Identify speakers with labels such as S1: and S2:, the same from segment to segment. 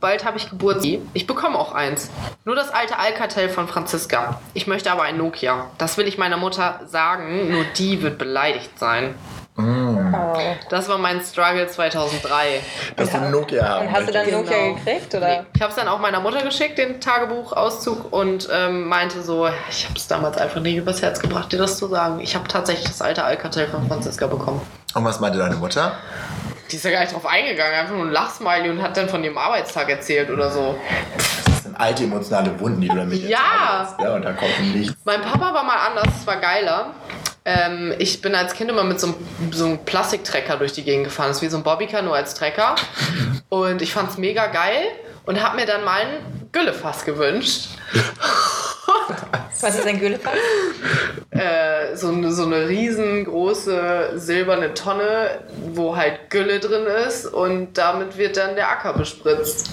S1: Bald habe ich Geburtstag. Ich bekomme auch eins. Nur das alte Alcatel von Franziska. Ich möchte aber ein Nokia. Das will ich meiner Mutter sagen, nur die wird beleidigt sein.
S2: Oh.
S1: Das war mein Struggle 2003.
S2: Dass du ein Nokia haben
S3: Und hast du dann
S1: Genau.
S3: Nokia gekriegt, oder?
S1: Ich habe es dann auch meiner Mutter geschickt, den Tagebuchauszug, und ähm, meinte so, ich habe es damals einfach nicht übers Herz gebracht, dir das zu sagen. Ich habe tatsächlich das alte Alcatel von Franziska bekommen.
S2: Und was meinte deine Mutter?
S1: Die ist ja gar nicht drauf eingegangen, einfach nur ein Lachsmiley und hat dann von ihrem Arbeitstag erzählt oder so.
S2: Das sind alte emotionale Wunden, die du damit jetzt
S1: Ja.
S2: heilst, ne? Und da kommt nichts.
S1: Mein Papa war mal anders, es war geiler. Ähm, ich bin als Kind immer mit so einem, so einem Plastiktrecker durch die Gegend gefahren. Das ist wie so ein Bobbycar, nur als Trecker. Und ich fand's mega geil und hab mir dann mal ein Güllefass gewünscht.
S3: Was ist ein Güllefass?
S1: Äh, so, eine- so eine riesengroße silberne Tonne, wo halt Gülle drin ist und damit wird dann der Acker bespritzt.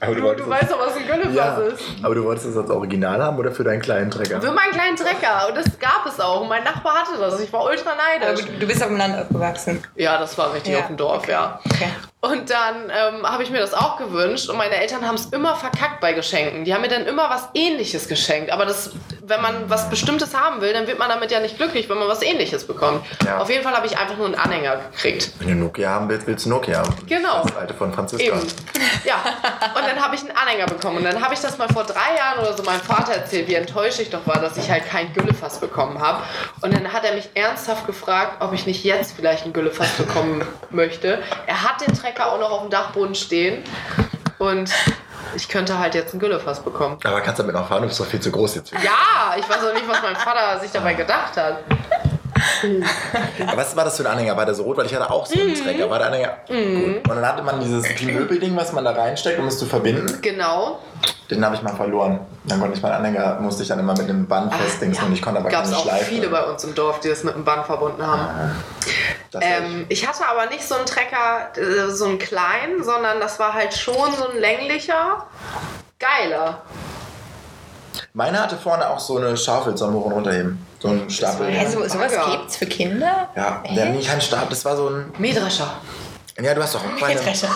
S2: Aber
S1: Du, du weißt doch, was ein Güllefass
S2: ja,
S1: ist.
S2: aber du wolltest das als Original haben oder für deinen kleinen
S1: Für
S2: Trecker?
S1: meinen kleinen Trecker. Und das gab es auch. Mein Nachbar hatte das. Ich war ultra
S3: Aber
S1: neidisch.
S3: du, du bist auf dem Land aufgewachsen.
S1: Ja, das war richtig
S3: Ja.
S1: auf dem Dorf, ja.
S3: Okay.
S1: Und dann ähm, habe ich mir das auch gewünscht und meine Eltern haben es immer verkackt bei Geschenken. Die haben mir dann immer was Ähnliches geschenkt. Aber das, wenn man was Bestimmtes haben will, dann wird man damit ja nicht glücklich, wenn man was Ähnliches bekommt.
S2: Ja.
S1: Auf jeden Fall habe ich einfach nur einen Anhänger gekriegt.
S2: Wenn du Nokia haben willst, willst du Nokia haben.
S1: Genau.
S2: Das alte von Franziska.
S1: Eben. Ja. Und dann habe ich einen Anhänger bekommen. Und dann habe ich das mal vor drei Jahren oder so meinem Vater erzählt, wie enttäuscht ich doch war, dass ich halt kein Güllefass bekommen habe. Und dann hat er mich ernsthaft gefragt, ob ich nicht jetzt vielleicht ein Güllefass bekommen möchte. Er hat den Trecker auch noch auf dem Dachboden stehen. Und ich könnte halt jetzt ein Güllefass bekommen.
S2: Aber kannst damit noch fahren, du bist doch viel zu groß jetzt.
S1: Ja, ich weiß auch nicht, was mein Vater sich dabei gedacht hat.
S2: Aber was war das für ein Anhänger? War der so rot? Weil ich hatte auch so
S1: Mhm.
S2: einen Trecker. War der Anhänger? Gut. Und dann hatte man dieses Pinöbelding, was man da reinsteckt, um es zu verbinden.
S1: Genau.
S2: Den habe ich mal verloren. Dann konnte ich meinen Anhänger, musste ich dann immer mit einem Band festlingen und ich konnte aber
S1: Gab es
S2: keine
S1: Ah, auch
S2: Schleife.
S1: viele bei uns im Dorf, die das mit dem Band verbunden haben.
S2: Das
S1: Ähm, ich hatte aber nicht so einen Trecker, äh, so einen kleinen, sondern das war halt schon so ein länglicher, geiler.
S2: Meine hatte vorne auch so eine Schaufel zum Hoch- und Runterheben. So ein Stapel.
S3: Hä, so, sowas
S1: Bagger.
S3: gibt's für Kinder?
S2: Ja,
S3: also Echt?
S2: der, nee, kein Stab, das war so ein.
S1: Mähdrescher.
S2: Ja, du hast doch bei einem,
S3: Mähdrescher.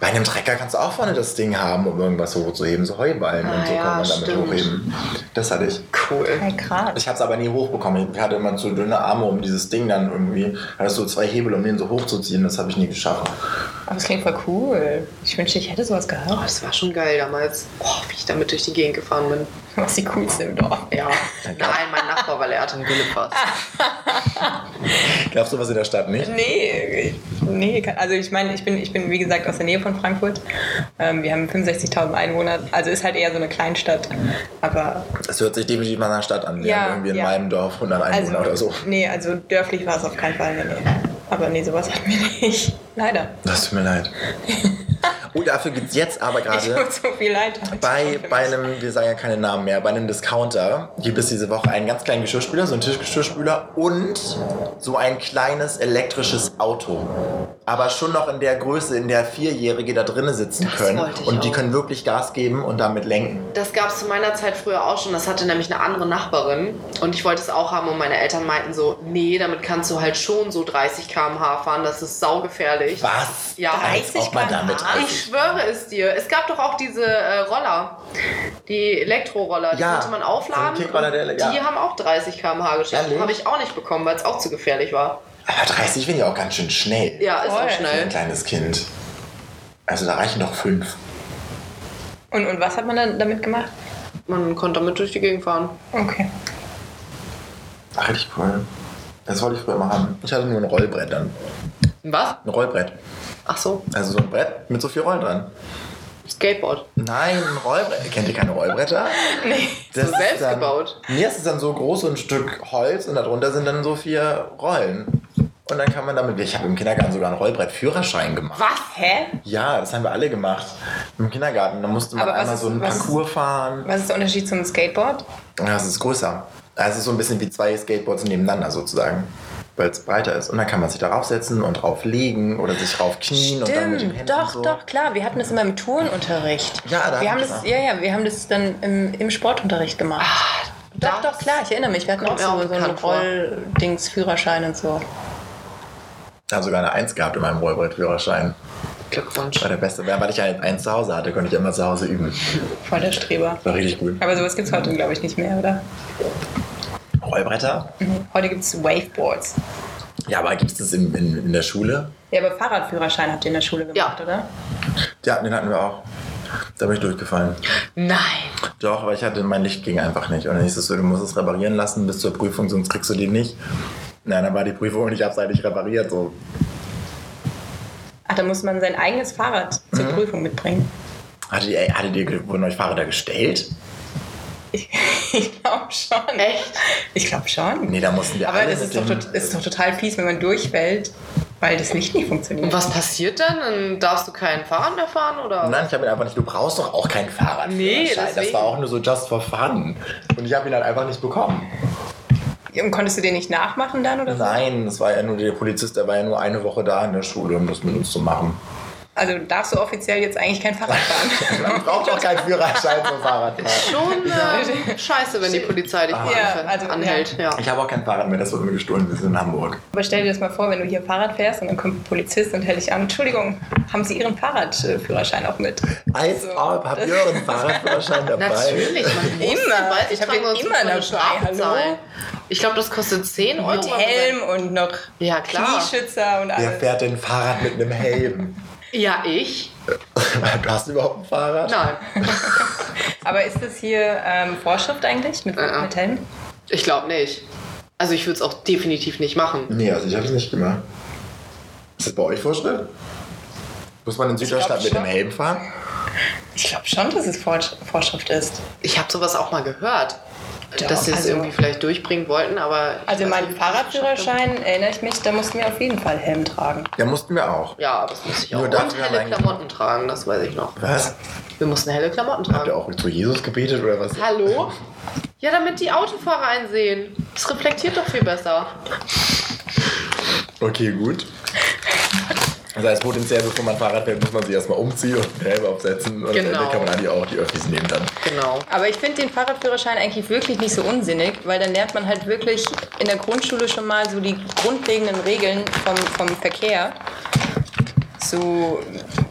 S2: bei einem Trecker kannst du auch vorne das Ding haben, um irgendwas hochzuheben. So Heuballen
S1: Ah,
S2: und so
S1: ja,
S2: kann man damit
S1: stimmt.
S2: hochheben. Das hatte ich.
S1: Cool.
S3: Ja, krass.
S2: Ich habe es aber nie hochbekommen. Ich hatte immer zu dünne Arme, um dieses Ding dann irgendwie. Hattest so zwei Hebel, um den so hochzuziehen. Das habe ich nie geschafft.
S3: Aber es klingt voll cool. Ich wünschte, ich hätte sowas
S1: Oh,
S3: gehabt.
S1: das war schon geil damals, oh, wie ich damit durch die Gegend gefahren bin.
S3: Was die coolste im Dorf.
S1: Ja. Nein, mein Nachbar, weil er hatte einen Güllepass.
S2: Glaubst du was in der Stadt nicht?
S3: Nee, ich- nee, kann- also ich meine, ich bin, ich bin wie gesagt aus der Nähe von Frankfurt. Ähm, wir haben 65.000 Einwohner, also ist halt eher so eine Kleinstadt. Aber
S2: Das hört sich definitiv nach einer Stadt an. Wir
S3: Ja,
S2: haben irgendwie in
S3: ja.
S2: meinem Dorf 100
S3: also,
S2: Einwohner oder so.
S3: nee, also dörflich war es auf keinen Fall in der Nähe. Aber nee, sowas hatten wir nicht. Leider.
S2: Das tut mir leid. Oh, dafür gibt es jetzt aber
S3: Ich
S2: gerade.
S3: tut so viel leid. heute
S2: Bei,
S3: schon für
S2: bei
S3: mich.
S2: einem, wir sagen ja keine Namen mehr, bei einem Discounter gibt es diese Woche einen ganz kleinen Geschirrspüler, so einen Tischgeschirrspüler und so ein kleines elektrisches Auto. Aber schon noch in der Größe, in der Vierjährige da drinnen sitzen
S1: Das
S2: können.
S1: wollte ich
S2: Und die
S1: auch.
S2: können wirklich Gas geben und damit lenken.
S1: Das gab es zu meiner Zeit früher auch schon. Das hatte nämlich eine andere Nachbarin. Und ich wollte es auch haben. Und meine Eltern meinten so, nee, damit kannst du halt schon so 30 km/h fahren. Das ist saugefährlich.
S2: Was?
S1: Ja.
S2: Als ob man
S3: 30
S2: damit
S3: km/h?
S1: Ich schwöre es dir. Es gab doch auch diese äh, Roller, die Elektroroller, die
S2: Ja,
S1: konnte man aufladen.
S2: so ein Kickroller, der-
S1: Und
S2: ja.
S1: Die haben auch 30 km/h geschafft.
S2: Ehrlich?
S1: Habe ich auch nicht bekommen, weil es auch zu gefährlich war.
S2: Aber 30 finde ich auch ganz schön schnell.
S1: Ja, ist
S3: Voll.
S1: auch
S2: Für ein
S1: schnell.
S2: kleines Kind. Also da reichen doch fünf.
S3: und, und was hat man dann damit gemacht?
S1: Man konnte damit durch die Gegend fahren.
S3: Okay.
S2: Ach, richtig cool. Das wollte ich früher mal haben. Ich hatte nur ein Rollbrett dann.
S1: Was?
S2: Ein Rollbrett.
S1: Ach so,
S2: Also so ein Brett mit so viel Rollen dran.
S1: Skateboard.
S2: Nein, ein Rollbrett. Kennt ihr keine Rollbretter? Nee. Das
S1: So selbst
S2: ist dann,
S1: gebaut.
S2: Nee, das ist dann so groß so ein Stück Holz und darunter sind dann so vier Rollen. Und dann kann man damit. Ich habe im Kindergarten sogar einen Rollbrett-Führerschein gemacht.
S3: Was? Hä?
S2: Ja, das haben wir alle gemacht. Im Kindergarten. Da musste man
S3: Aber was
S2: einmal
S3: ist-
S2: so einen
S3: was ist-
S2: Parcours fahren.
S3: Was ist der Unterschied zum Skateboard?
S2: Ja, das ist größer. Also es ist so ein bisschen wie zwei Skateboards nebeneinander sozusagen. Weil es breiter ist. Und dann kann man sich darauf setzen und drauf liegen oder sich drauf knien und dann mit den Händen
S3: doch,
S2: so.
S3: doch, klar. Wir hatten das immer im Turnunterricht.
S2: Ja, da hatten
S3: wir haben
S2: wir
S3: das,
S2: das.
S3: ja, ja, wir haben das dann im, im Sportunterricht gemacht.
S2: Ah,
S3: doch,
S1: das
S3: doch, klar, ich erinnere mich. Wir hatten auch
S1: kommt mir
S3: so,
S1: auch
S3: so einen
S1: bekannt vor.
S3: Rolldings-Führerschein und so.
S2: Ich habe sogar eine Eins gehabt in meinem Rollbrettführerschein.
S1: Glückwunsch.
S2: War der Beste. Weil ich ja eins zu Hause hatte, konnte ich immer zu Hause üben.
S3: Voll der Streber.
S2: War richtig gut.
S3: Aber sowas gibt es heute, glaube ich, nicht mehr, oder?
S2: Rollbretter?
S3: Heute gibt es Waveboards.
S2: Ja, aber gibt es das in, in, in der Schule?
S3: Ja, aber Fahrradführerschein habt ihr in der Schule gemacht,
S1: Ja.
S3: oder?
S2: Ja, den hatten wir auch. Da bin ich durchgefallen.
S1: Nein.
S2: Doch, weil ich hatte, mein Licht ging einfach nicht. Und dann hieß es so, du musst es reparieren lassen bis zur Prüfung, sonst kriegst du den nicht. Nein, dann war die Prüfung und ich hab's halt nicht repariert. So.
S3: Ach, da muss man sein eigenes Fahrrad zur
S2: Mhm.
S3: Prüfung mitbringen.
S2: Hattet ihr, hattet ihr, wurden euch Fahrräder gestellt?
S3: Ich, ich glaube schon.
S1: Echt?
S3: Ich glaube schon.
S2: Nee, da mussten wir
S3: Aber
S2: alle
S3: das ist doch,
S2: mit dem-
S3: tot- ist doch total fies, wenn man durchfällt, weil das Licht nicht funktioniert.
S1: Und was passiert dann? Dann darfst du kein Fahrrad mehr fahren oder?
S2: Nein, ich habe ihn einfach nicht. Du brauchst doch auch kein Fahrrad.
S1: Nee,
S2: das
S1: deswegen.
S2: war auch nur so just for fun. Und ich habe ihn halt einfach nicht bekommen.
S3: Und konntest du den nicht nachmachen dann oder so?
S2: Nein, das war ja nur der Polizist, der war ja nur eine Woche da in der Schule, um das mit uns zu machen.
S3: Also darfst du offiziell jetzt eigentlich kein Fahrrad fahren.
S2: Man braucht doch keinen Führerschein zum Fahrradfahren.
S1: Schon äh, scheiße, wenn die Polizei
S2: Ah.
S1: dich
S3: Ja, also,
S1: anhält. Ja.
S2: Ich habe auch kein Fahrrad mehr, das wurde mir gestohlen. Wir sind in Hamburg.
S3: Aber stell dir das mal vor, wenn du hier Fahrrad fährst und dann kommt ein Polizist und hält dich an. Entschuldigung, haben Sie Ihren Fahrradführerschein auch mit?
S2: Als
S3: So.
S2: ob, habt ihr euren Fahrradführerschein dabei?
S1: Natürlich, man muss
S3: Immer.
S1: den bei sich
S3: Ich hab
S1: tragen,
S3: den
S1: sonst muss
S3: immer
S1: man eine
S3: dabei,
S1: Strafe
S3: hallo?
S1: zahlen. Ich glaube, das kostet 10 Euro.
S3: Mit Helm und noch
S1: Ja, klar.
S3: Knieschützer und
S2: Wer
S3: alles.
S2: fährt denn Fahrrad mit einem Helm?
S1: Ja, ich?
S2: du hast überhaupt ein Fahrrad?
S1: Nein.
S3: Aber ist das hier ähm, Vorschrift eigentlich mit,
S1: Ja.
S3: mit Helm?
S1: Ich glaube nicht. Also ich würde es auch definitiv nicht machen.
S2: Nee, also ich habe es nicht gemacht. Ist das bei euch Vorschrift? Muss man in Süderstadt mit
S3: schon.
S2: einem Helm fahren?
S3: Ich glaube schon, dass es Vorsch Vorschrift ist.
S1: Ich habe sowas auch mal gehört,
S3: Ja,
S1: dass sie es
S3: also-
S1: irgendwie vielleicht durchbringen wollten, aber... ich
S3: Also
S1: weiß
S3: meinen
S1: nicht, wie ich das geschafft habe.
S3: Fahrradführerschein erinnere ich mich, da mussten wir auf jeden Fall Helm tragen.
S2: Ja, mussten wir auch.
S1: Ja, aber das muss ich auch.
S2: Nur
S1: Und
S2: dafür haben wir
S1: helle
S2: eigentlich-
S1: Klamotten tragen, das weiß ich noch.
S2: Was?
S1: Wir mussten helle Klamotten
S2: Habt ihr
S1: tragen.
S2: auch zu Jesus gebetet oder was?
S1: Hallo? Ja, damit die Autofahrer einsehen. Das reflektiert doch viel besser.
S2: Okay, gut. Das heißt, potenziell, bevor man Fahrrad fährt, muss man sich erstmal umziehen und einen Helm aufsetzen. Und am
S1: Genau.
S2: Ende kann man eigentlich auch die Öffis nehmen dann.
S1: Genau.
S3: Aber ich finde den Fahrradführerschein eigentlich wirklich nicht so unsinnig, weil dann lernt man halt wirklich in der Grundschule schon mal so die grundlegenden Regeln vom, vom Verkehr. So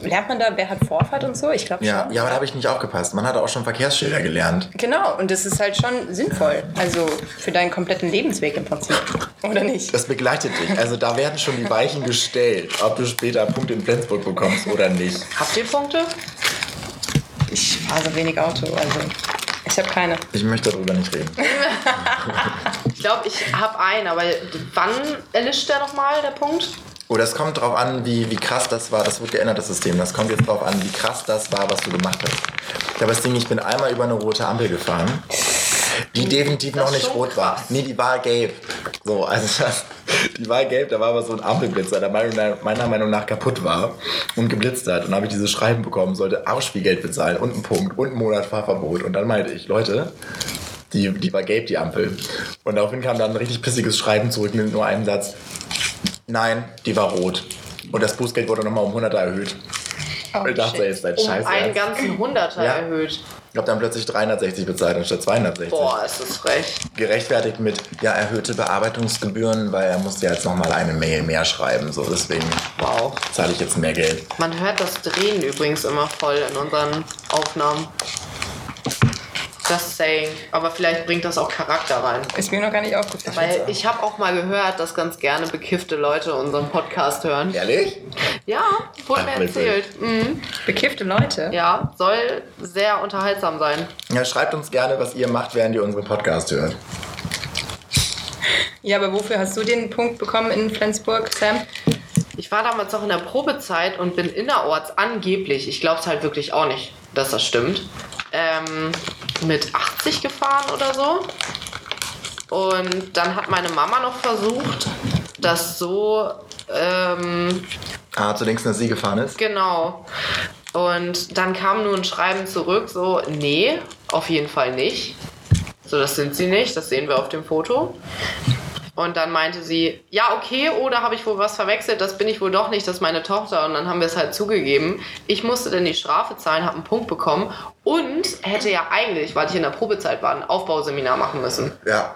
S3: lernt man da, wer hat Vorfahrt und so? Ich glaube
S2: Ja,
S3: schon.
S2: ja, aber da habe ich nicht aufgepasst. Man hat auch schon Verkehrsschilder gelernt.
S3: Genau, und das ist halt schon sinnvoll. Also für deinen kompletten Lebensweg im Prinzip. Oder nicht?
S2: Das begleitet dich. Also da werden schon die Weichen gestellt, ob du später einen Punkt in Flensburg bekommst oder nicht.
S1: Habt ihr Punkte?
S3: Ich fahre so wenig Auto, also ich habe keine.
S2: Ich möchte darüber nicht reden.
S1: Ich glaube, ich habe einen, aber wann erlischt der nochmal, der Punkt?
S2: Oh, das kommt drauf an, wie, wie krass das war. Das wird geändert, das System. Das kommt jetzt drauf an, wie krass das war, was du gemacht hast. Ich habe das Ding, ich bin einmal über eine rote Ampel gefahren, die definitiv noch
S1: ist
S2: nicht
S1: schon
S2: rot war. Nee, die war gelb. So, also das, die war gelb, da war aber so ein Ampelblitzer, der meiner meiner Meinung nach kaputt war und geblitzt hat. Und dann habe ich dieses Schreiben bekommen, sollte Arschspielgeld bezahlen und einen Punkt und einen Monat Fahrverbot. Und dann meinte ich, Leute, die, die war gelb, die Ampel. Und daraufhin kam dann ein richtig pissiges Schreiben zurück mit nur einem Satz. Nein, die war rot. Und das Bußgeld wurde nochmal um 100 erhöht.
S3: Oh,
S2: ich dachte,
S3: shit.
S2: jetzt dein
S1: Um
S2: Scheiß.
S1: einen
S2: ernst.
S1: ganzen Hunderter
S2: Ja.
S1: erhöht.
S2: Ich habe dann plötzlich 360 bezahlt anstatt 260.
S1: Boah, ist das frech.
S2: Gerechtfertigt mit, ja, erhöhte Bearbeitungsgebühren, weil er musste ja jetzt nochmal eine Mail mehr schreiben. So, deswegen
S1: Wow.
S2: zahle ich jetzt mehr Geld.
S1: Man hört das Drehen übrigens immer voll in unseren Aufnahmen. Das Saying. Aber vielleicht bringt das auch Charakter rein.
S3: Ist mir noch gar nicht aufgefallen.
S1: Weil ich habe auch mal gehört, dass ganz gerne bekiffte Leute unseren Podcast hören.
S2: Ehrlich?
S1: Ja, wurde mir
S2: Ach, wirklich?
S1: erzählt. Mhm.
S3: Bekiffte Leute.
S1: Ja, soll sehr unterhaltsam sein.
S2: Ja, schreibt uns gerne, was ihr macht, während ihr unseren Podcast hört.
S3: Ja, aber wofür hast du den Punkt bekommen in Flensburg, Sam?
S1: Ich war damals noch in der Probezeit und bin innerorts angeblich, ich glaube es halt wirklich auch nicht, dass das stimmt, ähm, mit 80 gefahren oder so. Und dann hat meine Mama noch versucht, das so, ähm,
S2: Ah, zu links, dass sie gefahren ist?
S1: genau. Und dann kam nur ein Schreiben zurück, so, nee, auf jeden Fall nicht. So, das sind sie nicht, das sehen wir auf dem Foto. Und dann meinte sie, ja, okay, oder habe ich wohl was verwechselt, das bin ich wohl doch nicht, das ist meine Tochter. Und dann haben wir es halt zugegeben. Ich musste dann die Strafe zahlen, habe einen Punkt bekommen und hätte ja eigentlich, weil ich in der Probezeit war, ein Aufbauseminar machen müssen.
S2: Ja.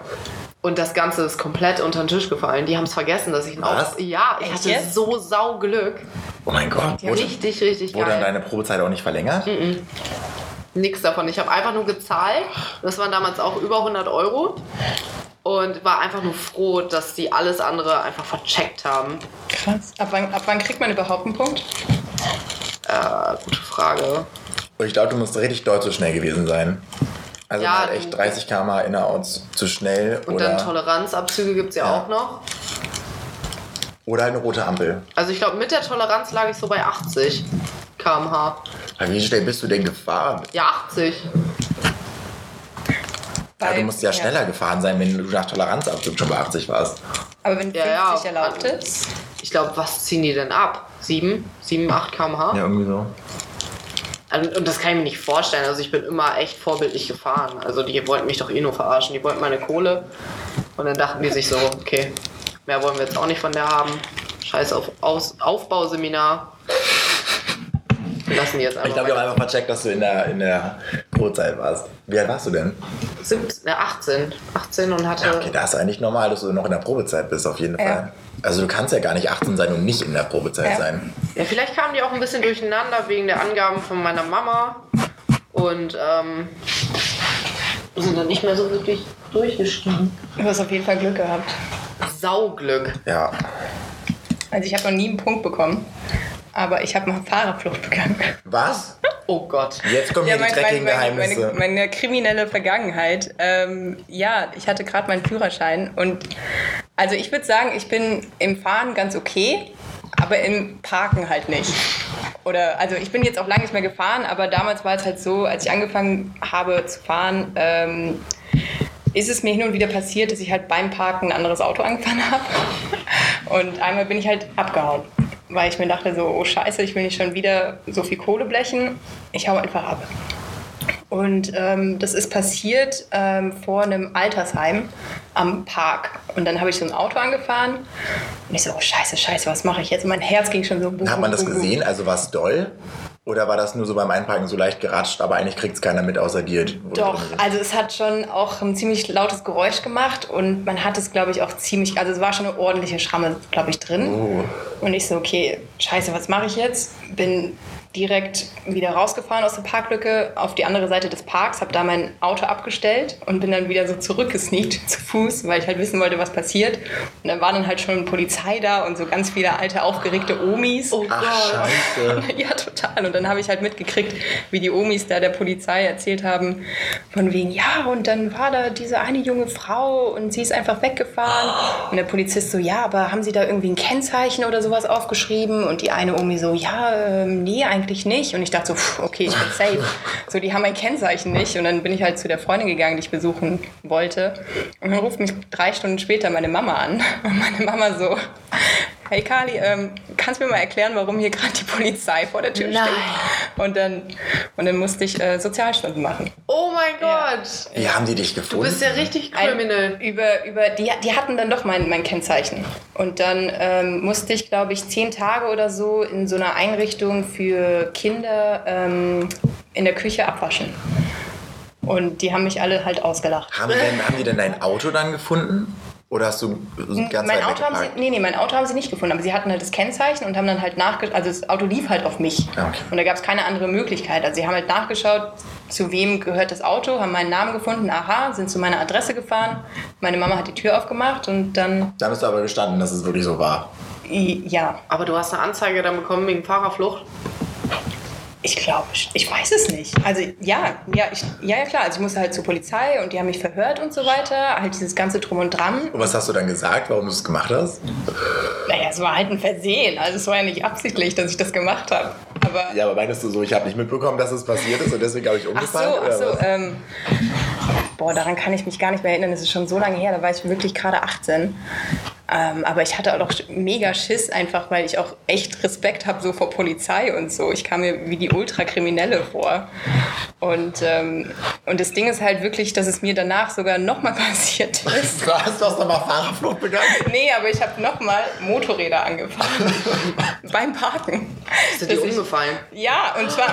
S1: Und das Ganze ist komplett unter den Tisch gefallen. Die haben es vergessen, dass ich ein
S2: Was?
S1: Auf- Ja, ich
S3: Echt
S1: hatte
S3: jetzt?
S1: so Sauglück.
S2: Oh mein Gott.
S1: Ja, richtig, richtig
S2: Wurde
S1: geil.
S2: dann
S1: Mhm.
S2: deine Probezeit auch nicht verlängert?
S1: Nix davon. Ich habe einfach nur gezahlt. Das waren damals auch über 100 Euro. Und war einfach nur froh, dass die alles andere einfach vercheckt haben.
S3: Krass. Ab wann, ab wann kriegt man überhaupt einen Punkt?
S1: Äh, gute Frage.
S2: Und Oh, ich glaube, du musst richtig doll zu schnell gewesen sein. Also
S1: Ja,
S2: halt echt
S1: du-
S2: 30 km innerorts zu schnell
S1: Und
S2: oder,
S1: dann Toleranzabzüge gibt es ja,
S2: Ja.
S1: auch noch.
S2: oder halt eine rote Ampel.
S1: Also ich glaube, mit der Toleranz lag ich so bei 80 km/h.
S2: Aber wie schnell bist du denn gefahren?
S1: Ja, 80.
S2: Ja,
S3: Bei-
S2: du musst ja schneller gefahren sein, wenn du nach Toleranzabzug schon bei 80 warst.
S3: Aber wenn
S1: Ja,
S3: 50
S1: ja.
S3: erlaubt ist,
S1: Ich glaube, was ziehen die denn ab? 7, 7, 8 km/h?
S2: Ja, irgendwie so.
S1: Also, Und, und das kann ich mir nicht vorstellen. Also ich bin immer echt vorbildlich gefahren. Also die wollten mich doch eh nur verarschen. Die wollten meine Kohle. Und dann dachten die sich so, okay, mehr wollen wir jetzt auch nicht von der haben. Scheiß auf Aus Aufbauseminar. Wir lassen die jetzt einfach.
S2: Ich glaube, wir haben einfach vercheckt, dass du in der, in der Brotzeit warst. Wie alt warst du denn?
S1: 17, ne, 18. 18 und hatte.
S2: Ja, okay, da ist eigentlich normal, dass du noch in der Probezeit bist, auf jeden
S3: Ja.
S2: Fall. Also du kannst ja gar nicht 18 sein und nicht in der Probezeit
S3: Ja.
S2: sein.
S1: Ja, vielleicht kamen die auch ein bisschen durcheinander wegen der Angaben von meiner Mama und ähm, sind dann nicht mehr so wirklich durchgestiegen.
S3: du hast auf jeden Fall Glück gehabt.
S1: Sauglück.
S2: Ja.
S3: Also ich habe noch nie einen Punkt bekommen, aber ich habe mal Fahrerflucht begangen.
S2: Was?
S1: Oh Gott.
S2: Jetzt kommen hier die dreckigen Geheimnisse.
S3: meine, meine kriminelle Vergangenheit. Ähm, ja, ich hatte gerade meinen Führerschein und also ich würde sagen, ich bin im Fahren ganz okay, aber im Parken halt nicht. Oder also ich bin jetzt auch lange nicht mehr gefahren, aber damals war es halt so, als ich angefangen habe zu fahren, ähm, ist es mir hin und wieder passiert, dass ich halt beim Parken ein anderes Auto angefahren habe. Und einmal bin ich halt abgehauen, weil ich mir dachte so, oh scheiße, ich will nicht schon wieder so viel Kohle blechen. Ich hau einfach ab. Und ähm, das ist passiert ähm, vor einem Altersheim am Park. Und dann habe ich so ein Auto angefahren. Und ich so, oh scheiße, scheiße, was mache ich jetzt? Und mein Herz ging schon so... bum,
S2: Hat man das
S3: bum, bum, bum.
S2: gesehen? Also war es doll? Oder war das nur so beim Einparken so leicht geratscht, aber eigentlich kriegt es keiner mit außer dir? wo du
S3: Doch,
S2: drin sitzt?
S3: also es hat schon auch ein ziemlich lautes Geräusch gemacht und man hat es, glaube ich, auch ziemlich, also es war schon eine ordentliche Schramme, glaube ich, drin. Und ich so, okay, scheiße, was mache ich jetzt? Bin direkt wieder rausgefahren aus der Parklücke auf die andere Seite des Parks, habe da mein Auto abgestellt und bin dann wieder so zurückgesneakt zu Fuß, weil ich halt wissen wollte, was passiert. Und dann war dann halt schon Polizei da und so ganz viele alte, aufgeregte Omis.
S1: Oh
S2: Ach,
S1: Gott.
S2: scheiße.
S3: Ja, total. Und dann habe ich halt mitgekriegt, wie die Omis da der Polizei erzählt haben, von wegen, ja, und dann war da diese eine junge Frau und sie ist einfach weggefahren. Und der Polizist so, ja, aber haben Sie da irgendwie ein Kennzeichen oder sowas aufgeschrieben? Und die eine Omi so, ja, ähm, nee, eigentlich nicht. Und ich dachte so, pff, okay, ich bin safe. So, die haben mein Kennzeichen nicht. Und dann bin ich halt zu der Freundin gegangen, die ich besuchen wollte. Und dann ruft mich drei Stunden später meine Mama an. Und meine Mama so, Hey Kali, ähm, kannst du mir mal erklären, warum hier gerade die Polizei vor der Tür
S1: Nein.
S3: steht? Und dann, und dann musste ich äh, Sozialstunden machen.
S1: Oh mein
S3: Ja.
S1: Gott.
S2: Wie haben die dich
S1: Du
S2: gefunden?
S1: bist ja richtig
S3: Ein-
S1: kriminell.
S3: Über, über, die, die hatten dann doch mein, mein Kennzeichen. Und dann ähm, musste ich, glaube ich, zehn Tage oder so in so einer Einrichtung für Kinder ähm, in der Küche abwaschen. Und die haben mich alle halt ausgelacht.
S2: haben, die denn, haben die denn dein Auto dann gefunden? Oder hast du ganz weit
S3: mein Auto haben sie,
S2: weggeparkt?
S3: nee, nee, mein Auto haben sie nicht gefunden, aber sie hatten halt das Kennzeichen und haben dann halt nachgeschaut, also das Auto lief halt auf mich.
S2: Ja, Ah, okay.
S3: Und da gab es keine andere Möglichkeit. Also sie haben halt nachgeschaut, zu wem gehört das Auto, haben meinen Namen gefunden, aha, sind zu meiner Adresse gefahren, meine Mama hat die Tür aufgemacht und dann,
S2: Da bist du aber gestanden, dass es wirklich so war.
S3: i- ja,
S1: Aber du hast eine Anzeige dann bekommen wegen Fahrerflucht.
S3: ich glaube, ich weiß es nicht. Also ja, ja, ich, ja, ja klar, also ich musste halt zur Polizei und die haben mich verhört und so weiter, halt dieses ganze Drum und Dran.
S2: Und was hast du dann gesagt, warum du es gemacht hast?
S3: Naja, es war halt ein Versehen, also es war ja nicht absichtlich, dass ich das gemacht habe. Aber
S2: Ja, aber meinst du so, ich habe nicht mitbekommen, dass es passiert ist und deswegen habe ich
S3: Ach so,
S2: umgefallen?
S3: ach
S2: oder
S3: so.
S2: was?
S3: Ähm, boah, daran kann ich mich gar nicht mehr erinnern. Das ist schon so lange her. Da war ich wirklich gerade 18. Ähm, aber ich hatte auch sch- mega Schiss, einfach weil ich auch echt Respekt habe so vor Polizei und so. Ich kam mir wie die Ultrakriminelle vor. Und, ähm, und das Ding ist halt wirklich, dass es mir danach sogar nochmal passiert ist.
S2: Du hast doch nochmal Fahrerflucht begangen.
S3: Nee, aber ich habe nochmal Motorräder angefangen. beim Parken.
S1: Sind die
S3: Dass ich-
S1: umgefallen?
S3: ja, und zwar,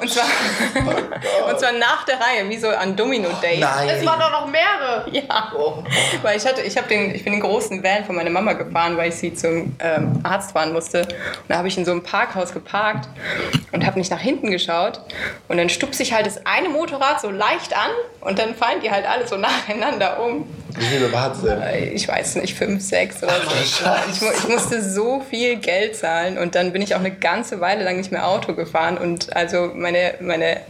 S3: und zwar, und
S2: Oh
S3: zwar, und zwar nach der Reihe, wie so an Domino Day.
S2: Nein.
S1: Es waren doch noch mehrere.
S3: Ja,
S1: Oh.
S3: weil ich hatte, ich habe den, ich bin den großen Van von meiner Mama gefahren, weil ich sie zum ähm, Arzt fahren musste. Und da habe ich in so einem Parkhaus geparkt und habe nicht nach hinten geschaut. Und dann stupst ich halt das eine Motorrad so leicht an und dann fallen die halt alle so nacheinander um.
S2: Wie viele waren es denn?
S3: Äh, Ich weiß nicht, fünf, sechs oder
S2: Ach, du
S3: so.
S2: Scheiße.
S3: Ich, mu- ich musste so viel Geld zahlen und dann bin ich auch eine ganze Weile lang nicht mehr Auto gefahren und also meine, meine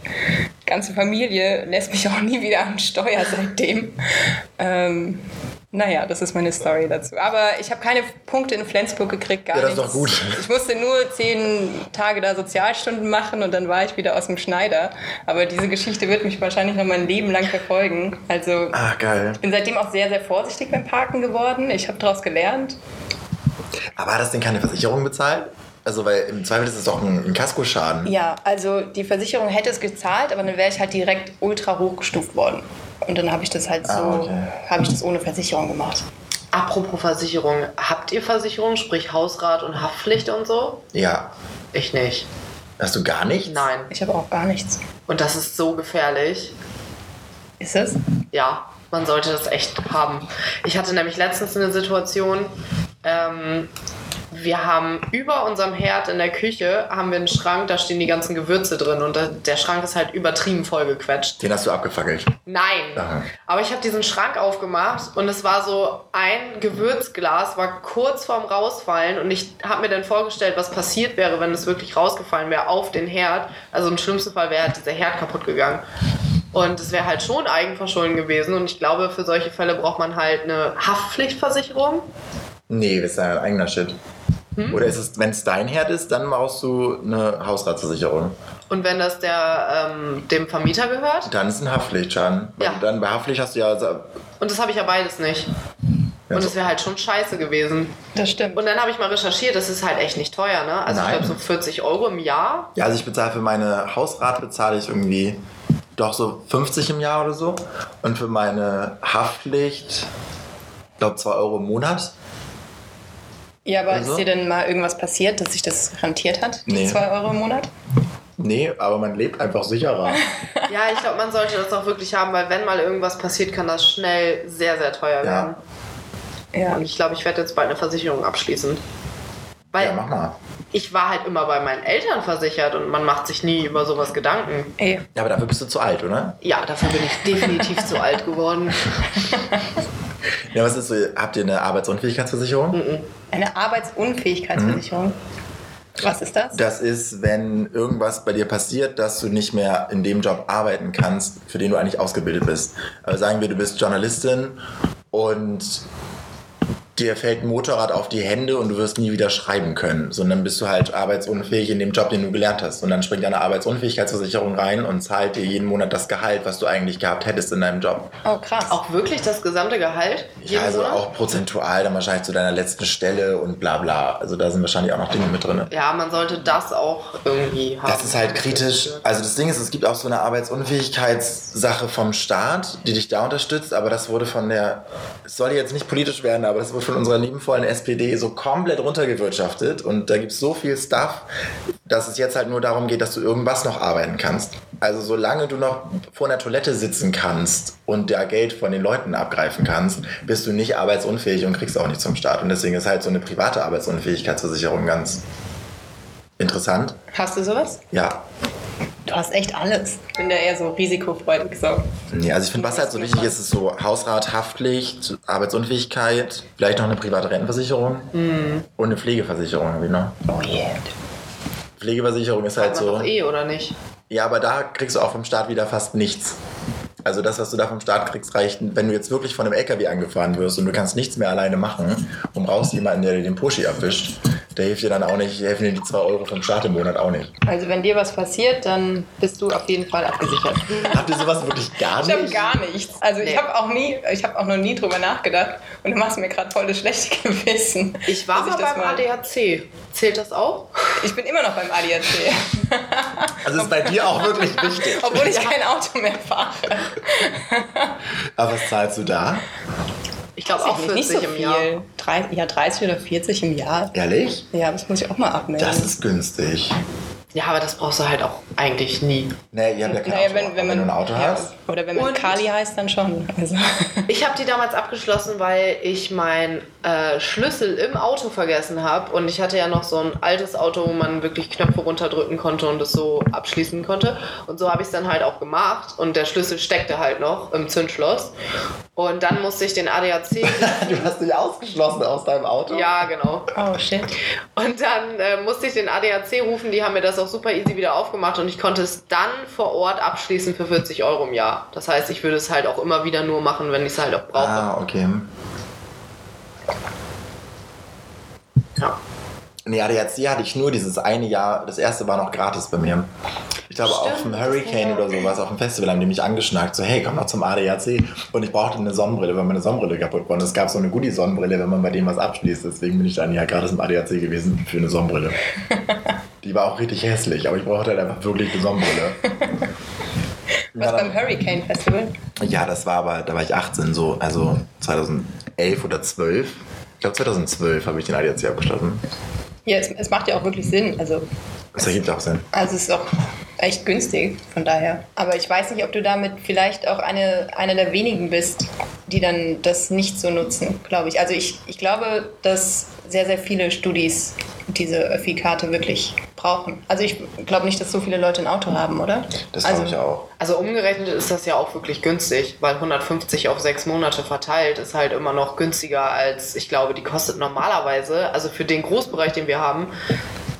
S3: ganze Familie lässt mich auch nie wieder am Steuer seitdem. Ähm, naja, das ist meine Story dazu. Aber ich habe keine Punkte in Flensburg gekriegt, gar
S2: Ja, das ist
S3: nichts.
S2: doch gut.
S3: Ich musste nur zehn Tage da Sozialstunden machen und dann war ich wieder aus dem Schneider. Aber diese Geschichte wird mich wahrscheinlich noch mein Leben lang verfolgen. Also
S2: Ah, geil.
S3: bin seitdem auch sehr, sehr vorsichtig beim Parken geworden. Ich habe daraus gelernt.
S2: Aber hat das denn keine Versicherung bezahlt? Also, weil im Zweifel ist es doch ein, ein Kaskoschaden.
S3: Ja, also die Versicherung hätte es gezahlt, aber dann wäre ich halt direkt ultra hochgestuft worden. Und dann habe ich das halt so,
S2: Ah, okay.
S3: habe ich das ohne Versicherung gemacht.
S1: Apropos Versicherung, habt ihr Versicherung, sprich Hausrat und Haftpflicht und so?
S2: Ja.
S1: Ich nicht.
S2: Hast du gar nichts?
S1: Nein.
S3: Ich habe auch gar nichts.
S1: Und das ist so gefährlich.
S3: Ist es?
S1: ja, man sollte das echt haben. Ich hatte nämlich letztens eine Situation, ähm, wir haben über unserem Herd in der Küche haben wir einen Schrank, da stehen die ganzen Gewürze drin und da, der Schrank ist halt übertrieben vollgequetscht.
S2: Den hast du abgefackelt.
S1: Nein.
S2: Aha.
S1: Aber ich habe diesen Schrank aufgemacht und es war so ein Gewürzglas, war kurz vorm Rausfallen und ich habe mir dann vorgestellt, was passiert wäre, wenn es wirklich rausgefallen wäre auf den Herd. Also im schlimmsten Fall wäre halt dieser Herd kaputt gegangen. Und es wäre halt schon Eigenverschulden gewesen und ich glaube, für solche Fälle braucht man halt eine Haftpflichtversicherung.
S2: Nee, das ist dein eigener Shit.
S1: Hm?
S2: Oder ist es, wenn es dein Herd ist, dann brauchst du eine Hausratsversicherung.
S1: Und wenn das der, ähm, dem Vermieter gehört,
S2: Dann ist ein Haftpflichtschaden. Weil
S1: Ja.
S2: du Dann bei Haftpflicht hast du ja. also, so-
S1: und das habe ich ja beides nicht. Und es wäre halt schon scheiße gewesen.
S3: Das stimmt.
S1: Und dann habe ich mal recherchiert, das ist halt echt nicht teuer, ne? Also
S2: Nein.
S1: ich glaube so 40 Euro im Jahr.
S2: Ja, also ich bezahle für meine Hausrat bezahle ich irgendwie doch so 50 im Jahr oder so. Und für meine Haftpflicht, glaube 2 Euro im Monat.
S3: ja, aber
S2: Also?
S3: ist dir denn mal irgendwas passiert, dass sich das garantiert hat?
S2: Nee.
S3: Die 2 Euro im Monat?
S2: Nee, aber man lebt einfach sicherer.
S1: Ja, ich glaube, man sollte das auch wirklich haben, weil wenn mal irgendwas passiert, kann das schnell sehr, sehr teuer werden.
S3: Ja.
S1: Und ich glaube, ich werde jetzt bald eine Versicherung abschließen. Weil
S2: ja, mach mal.
S1: ich war halt immer bei meinen Eltern versichert und man macht sich nie über sowas Gedanken.
S3: Ey,
S2: Ja, aber dafür bist du zu alt, oder?
S1: Ja, dafür bin ich definitiv zu alt geworden.
S2: Ja, was ist so? Habt ihr eine Arbeitsunfähigkeitsversicherung?
S3: eine Arbeitsunfähigkeitsversicherung.
S2: Mhm.
S3: Was ist das?
S2: Das ist, wenn irgendwas bei dir passiert, dass du nicht mehr in dem Job arbeiten kannst, für den du eigentlich ausgebildet bist. Also sagen wir, du bist Journalistin und dir fällt ein Motorrad auf die Hände und du wirst nie wieder schreiben können, sondern bist du halt arbeitsunfähig in dem Job, den du gelernt hast. Und dann springt deine Arbeitsunfähigkeitsversicherung rein und zahlt dir jeden Monat das Gehalt, was du eigentlich gehabt hättest in deinem Job.
S3: Oh, krass.
S1: Auch wirklich das gesamte Gehalt?
S2: Ja,
S1: jeden
S2: also
S1: Monat?
S2: auch prozentual dann wahrscheinlich zu deiner letzten Stelle und bla bla. Also da sind wahrscheinlich auch noch Dinge mit drin.
S1: Ja, man sollte das auch irgendwie haben.
S2: Das ist halt kritisch. Also das Ding ist, es gibt auch so eine Arbeitsunfähigkeitssache vom Staat, die dich da unterstützt, aber das wurde von der, es soll jetzt nicht politisch werden, aber das wurde von unserer liebenvollen SPD so komplett runtergewirtschaftet und da gibt es so viel Stuff, dass es jetzt halt nur darum geht, dass du irgendwas noch arbeiten kannst. Also solange du noch vor einer Toilette sitzen kannst und da Geld von den Leuten abgreifen kannst, bist du nicht arbeitsunfähig und kriegst auch nichts vom Staat. Und deswegen ist halt so eine private Arbeitsunfähigkeitsversicherung ganz interessant.
S3: Hast du sowas?
S2: Ja,
S3: Du hast echt alles. Ich bin da eher so risikofreudig. So.
S2: Nee, also ich finde, was halt so wichtig ist, ist so Hausrat, Haftpflicht, Arbeitsunfähigkeit, vielleicht noch eine private Rentenversicherung
S3: Mhm.
S2: und eine Pflegeversicherung irgendwie noch.
S3: Oh yeah.
S2: Pflegeversicherung ist halt
S1: Hat man
S2: so.
S1: doch eh, oder nicht?
S2: Ja, aber da kriegst du auch vom Staat wieder fast nichts. Also das, was du da vom Staat kriegst, reicht, wenn du jetzt wirklich von einem LKW angefahren wirst und du kannst nichts mehr alleine machen und brauchst jemanden, der dir den Poschi abwischt, der hilft dir dann auch nicht, helfen dir die 2 Euro vom Staat im Monat auch nicht.
S3: Also wenn dir was passiert,
S1: Hm,
S3: dann bist du auf jeden Fall abgesichert.
S2: Habt ihr sowas wirklich gar
S3: Ich habe
S2: nicht?
S3: gar nichts. Also
S1: Nee.
S3: ich habe auch nie, ich habe auch noch nie drüber nachgedacht und du machst mir gerade voll das schlechte Gewissen.
S1: Ich war
S3: dass
S1: mal
S3: das
S1: beim ADAC. Zählt das auch?
S3: Ich bin immer noch beim ADAC,
S2: Also ist bei dir auch wirklich wichtig.
S3: obwohl ich kein Auto mehr fahre.
S2: Aber was zahlst du da?
S1: Ich glaube auch 40 im Jahr.
S3: Drei, ja, 30 oder 40 im Jahr.
S2: Ehrlich?
S3: Ja, das muss ich auch mal abmelden.
S2: Das ist günstig.
S1: Ja, aber das brauchst du halt auch eigentlich nie.
S2: Nee, ihr habt ja kein
S3: Naja,
S2: Auto.
S3: wenn, wenn, man,
S2: du ein Auto
S3: ja,
S2: hast.
S3: Oder wenn man
S1: Und-
S3: Kali heißt, dann schon. Also.
S1: Ich habe die damals abgeschlossen, weil ich meinen äh, Schlüssel im Auto vergessen habe. Und ich hatte ja noch so ein altes Auto, wo man wirklich Knöpfe runterdrücken konnte und es so abschließen konnte. Und so habe ich es dann halt auch gemacht. Und der Schlüssel steckte halt noch im Zündschloss. Und dann musste ich den ADAC.
S2: Du hast dich ausgeschlossen aus deinem Auto?
S1: ja, genau.
S3: Oh shit.
S1: Und dann äh, musste ich den ADAC rufen. Die haben mir das auch super easy wieder aufgemacht. Und ich konnte es dann vor Ort abschließen für 40 Euro im Jahr. Das heißt, ich würde es halt auch immer wieder nur machen, wenn ich es halt auch brauche.
S2: Ah, okay.
S1: Ja.
S2: Nee, ADAC hatte ich nur dieses eine Jahr. Das erste war noch gratis bei mir. Ich glaube,
S1: Stimmt,
S2: auf dem
S1: das
S2: Hurricane
S1: war-
S2: oder sowas, auf dem Festival haben die mich angeschnackt. So, hey, komm doch zum ADAC. Und ich brauchte eine Sonnenbrille, weil meine Sonnenbrille kaputt war. Und es gab so eine Goodie-Sonnenbrille, wenn man bei dem was abschließt. Deswegen bin ich dann ja gratis im ADAC gewesen für eine Sonnenbrille. die war auch richtig hässlich, aber ich brauchte halt einfach wirklich eine Sonnenbrille.
S3: Was
S2: Ja,
S3: beim Hurricane Festival?
S2: Ja, das war aber, da war ich 18, so, also 2011 oder 12. Ich glaube 2012 habe ich den ADAC abgeschlossen.
S3: Ja, es, es macht ja auch wirklich Sinn. Also,
S2: Das ergibt auch Sinn.
S3: also es ist auch echt günstig, von daher. Aber ich weiß nicht, ob du damit vielleicht auch eine, eine der wenigen bist, die dann das nicht so nutzen, glaube ich. Also ich, ich glaube, dass sehr, sehr viele Studis diese Öffi-Karte wirklich brauchen. Also ich glaube nicht, dass so viele Leute ein Auto haben, oder?
S2: Das
S3: also,
S2: glaube ich auch.
S1: Also umgerechnet ist das ja auch wirklich günstig, weil 150 auf sechs Monate verteilt ist halt immer noch günstiger als, ich glaube, die kostet normalerweise, also für den Großbereich, den wir haben,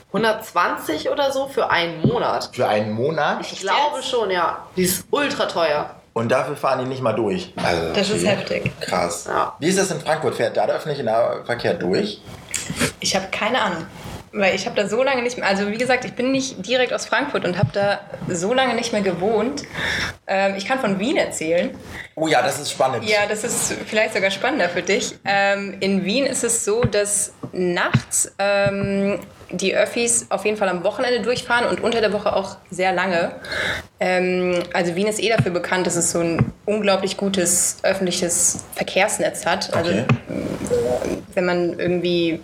S1: 120 oder so für einen Monat.
S2: Für einen Monat
S1: Ich glaube schon, ja. Die ist ultra teuer.
S2: und dafür fahren die nicht mal durch. Also,
S3: Das ist
S2: okay.
S3: heftig.
S2: Krass.
S1: Ja.
S2: Wie ist das in Frankfurt? Fährt da der öffentliche Nahverkehr durch?
S3: Ich habe keine Ahnung. Weil ich habe da so lange nicht mehr, also wie gesagt, ich bin nicht direkt aus Frankfurt und habe da so lange nicht mehr gewohnt. Ähm, ich kann von Wien erzählen.
S2: Oh ja, das ist spannend.
S3: Ja, das ist vielleicht sogar spannender für dich. Ähm, in Wien ist es so, dass nachts ähm, die Öffis auf jeden Fall am Wochenende durchfahren und unter der Woche auch sehr lange. Ähm, also Wien ist eh dafür bekannt, dass es so ein unglaublich gutes öffentliches Verkehrsnetz hat. Also
S2: Okay.
S3: wenn man irgendwie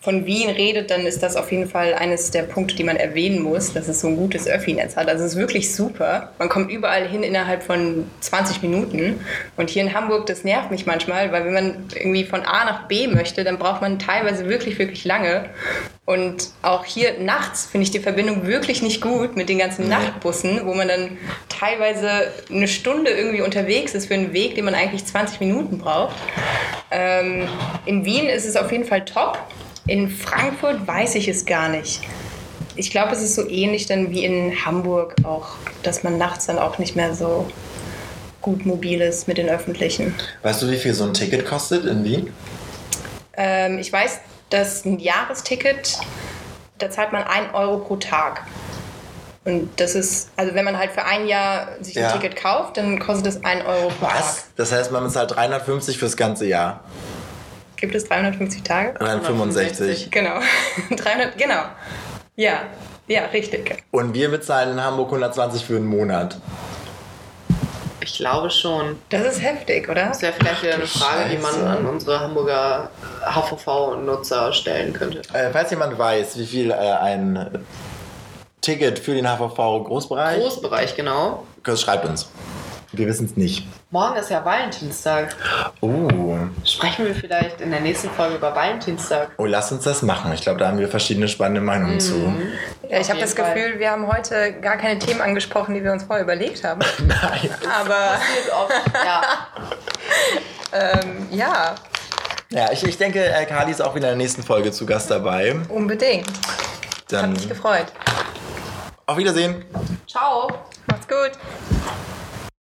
S3: von Wien redet, dann ist das auf jeden Fall eines der Punkte, die man erwähnen muss, dass es so ein gutes Öffi-Netz hat. Also es ist wirklich super. Man kommt überall hin innerhalb von 20 Minuten. Und hier in Hamburg, das nervt mich manchmal, weil wenn man irgendwie von A nach B möchte, dann braucht man teilweise wirklich, wirklich lange. Und auch hier nachts finde ich die Verbindung wirklich nicht gut mit den ganzen Nachtbussen, wo man dann teilweise eine Stunde irgendwie unterwegs ist für einen Weg, den man eigentlich 20 Minuten braucht. Ähm, in Wien ist es auf jeden Fall top. In Frankfurt weiß ich es gar nicht. Ich glaube, es ist so ähnlich dann wie in Hamburg auch, dass man nachts dann auch nicht mehr so gut mobil ist mit den Öffentlichen.
S2: Weißt du, wie viel so ein Ticket kostet in Wien?
S3: Ähm, ich weiß, dass ein Jahresticket, da zahlt man 1 Euro pro Tag. Und das ist, also wenn man halt für ein Jahr sich
S2: Ja.
S3: ein Ticket kauft, dann kostet es 1 Euro pro Tag.
S2: Was? Das heißt, man bezahlt 350 fürs ganze Jahr.
S3: Gibt es 350 Tage?
S2: 365.
S3: Genau. 300, genau. Ja, ja, richtig.
S2: Und wir bezahlen in Hamburg 120 für einen Monat.
S1: Ich glaube schon.
S3: Das ist heftig, oder?
S1: Das wäre vielleicht wieder eine
S2: Ach, du
S1: Frage, die man
S2: Scheiße.
S1: an unsere Hamburger HVV-Nutzer stellen könnte.
S2: Äh, falls jemand weiß, wie viel äh, ein Ticket für den HVV Großbereich
S1: Großbereich, genau.
S2: kostet, schreibt uns. Wir wissen es nicht.
S1: Morgen ist ja Valentinstag.
S2: Oh.
S1: Sprechen wir vielleicht in der nächsten Folge über Valentinstag.
S2: oh, lass uns das machen. Ich glaube, da haben wir verschiedene spannende Meinungen zu.
S3: Ja, ich habe
S1: jeden
S3: das
S1: Fall.
S3: Gefühl, wir haben heute gar keine Themen angesprochen, die wir uns vorher überlegt haben.
S2: Nein.
S3: Aber
S1: Passiert oft, ja.
S3: ähm, ja,
S2: Ja, ich, ich denke, äh, Kali ist auch wieder in der nächsten Folge zu Gast dabei.
S3: unbedingt. Hat
S2: Dann
S1: Mhm.
S3: mich gefreut.
S2: auf Wiedersehen.
S1: Ciao.
S3: Macht's gut.